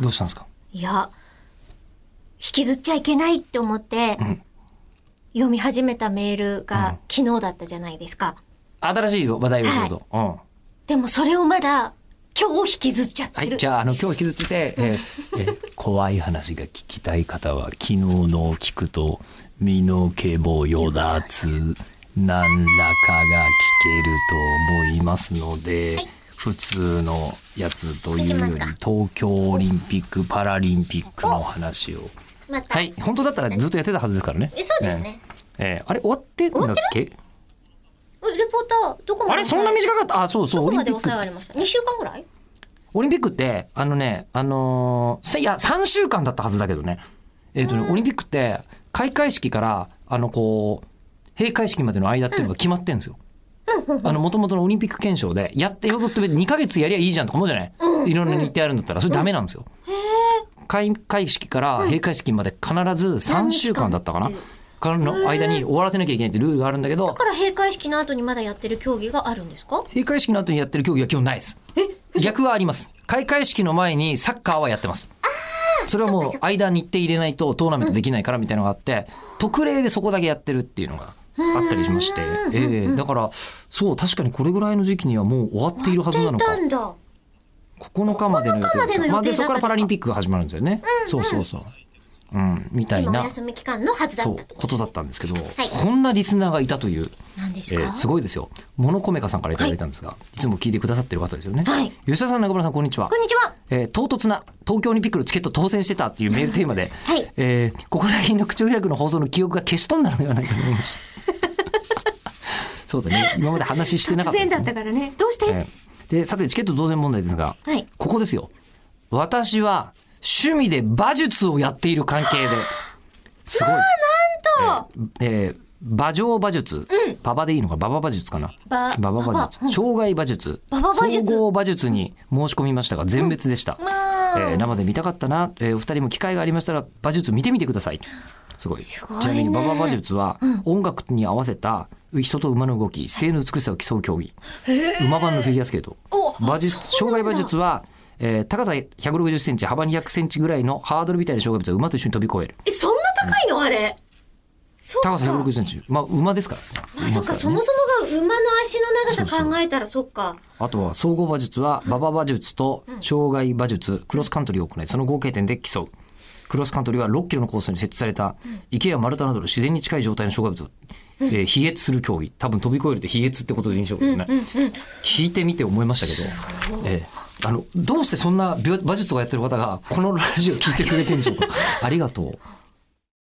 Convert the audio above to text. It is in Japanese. どうしたんですかいや、引きずっちゃいけないって思って、読み始めたメールが昨日だったじゃないですか。新しい話題をちょうど。うん。はでもそれをまだ今日引きずっちゃってい。る。じゃあ、あの、今日引きずってて、 えーえー怖い話が聞きたい方は、昨日のを聞くと、身の毛もよだつ、何らかが聞けると思いますので、普通のやつというよりいけます、東京オリンピック・パラリンピックの話を。また、はい。本当だったらずっとやってたはずですからね。えそうですね。えーあれ終わってんだっけえレポーター、どこまであれそんな短かったあ、そうそどう。オこリまンでピック抑えられました ?2 週間ぐらいオリンピックって、あのね、あのーせいや、3週間だったはずだけどね。えっ、とね、オリンピックって、開会式から、あの、こう、閉会式までの間っていうのが決まってんですよ。あの、元々のオリンピック憲章で、やってよって2ヶ月やりゃいいじゃんとか思うじゃない、いろんな日程あるんだったら、それダメなんですよ。開会式から閉会式まで必ず3週間だったかな何日。からの間に終わらせなきゃいけないってルールがあるんだけどだ、から閉会式の後にまだやってる競技があるんですか閉会式の後にやってる競技は今日ないです。逆はあります。開会式の前にサッカーはやってます。それはもう間日程入れないとトーナメントできないからみたいなのがあって、特例でそこだけやってるっていうのがあったりしまして、ええだから、そう、確かにこれぐらいの時期にはもう終わっているはずなの出かた。んだ。 9日までの予定です9日までの予定だったんですよ。かまあ、で、そこからパラリンピックが始まるんですよね。そうそうそう。うん、みたい今おな、休み期間のはずだそっうた、と。ことだったんですけど、こんなリスナーがいたという。なんですえか、ーすごいですよ。モノコメカさんからいただいたんですが、い、つも聞いてくださってる方ですよね。はい吉田さん、中村さん、こんにちはこ。んにちは。えー唐突な東京オリンピックのチケット当選してたっていうメールテーマで、はいえーここ最近の口を開くの放送の記憶が消し飛んだのではないかと思いま した。そうだね。今まで話してなか突ったです然ね、だったからね。どうして、えーで、さて、チケット当選問題ですが、はい。ここですよ。私は趣味で馬術をやっている関 係で。すごいです。なんと、えーえー馬上馬術、馬場でいいのか馬場馬術かなば馬場馬ばば術障害馬術馬場馬術総合馬術に申し込みましたが全滅でした、まあ、えー生で見たかったな、えーお二人も機会がありましたら馬術見てみてくださいすごいすごいねちなみに馬場馬術は音楽に合わせた人と馬の動き姿勢の美しさを競う競技馬番のフィギュアスケートお馬術そう障害なんだ馬術は、えー高さ1 6 0センチ幅2 0 0センチぐらいのハードルみたいな障害物を馬と一緒に飛び越えるえ、そんな高いのあれ。そうか。高さ1 6 0センチまあ馬ですからね、あ、そっ馬か、ですそらねもそもが馬の足の長さ考えたらそっか。あとは総合馬術は馬場馬術と障害馬術クロスカントリーを行いその合計点で競うクロスカントリーは6キロのコースに設置された池や丸太などの自然に近い状態の障害物を、えー、飛越する競技多分飛び越えるって飛越ってことでいいんでしょうけどね、聞いてみて思いましたけど、えーあ のどうしてそんなびょ馬術をやってる方がこのラジオ聞いてくれてるんでしょうかありがとう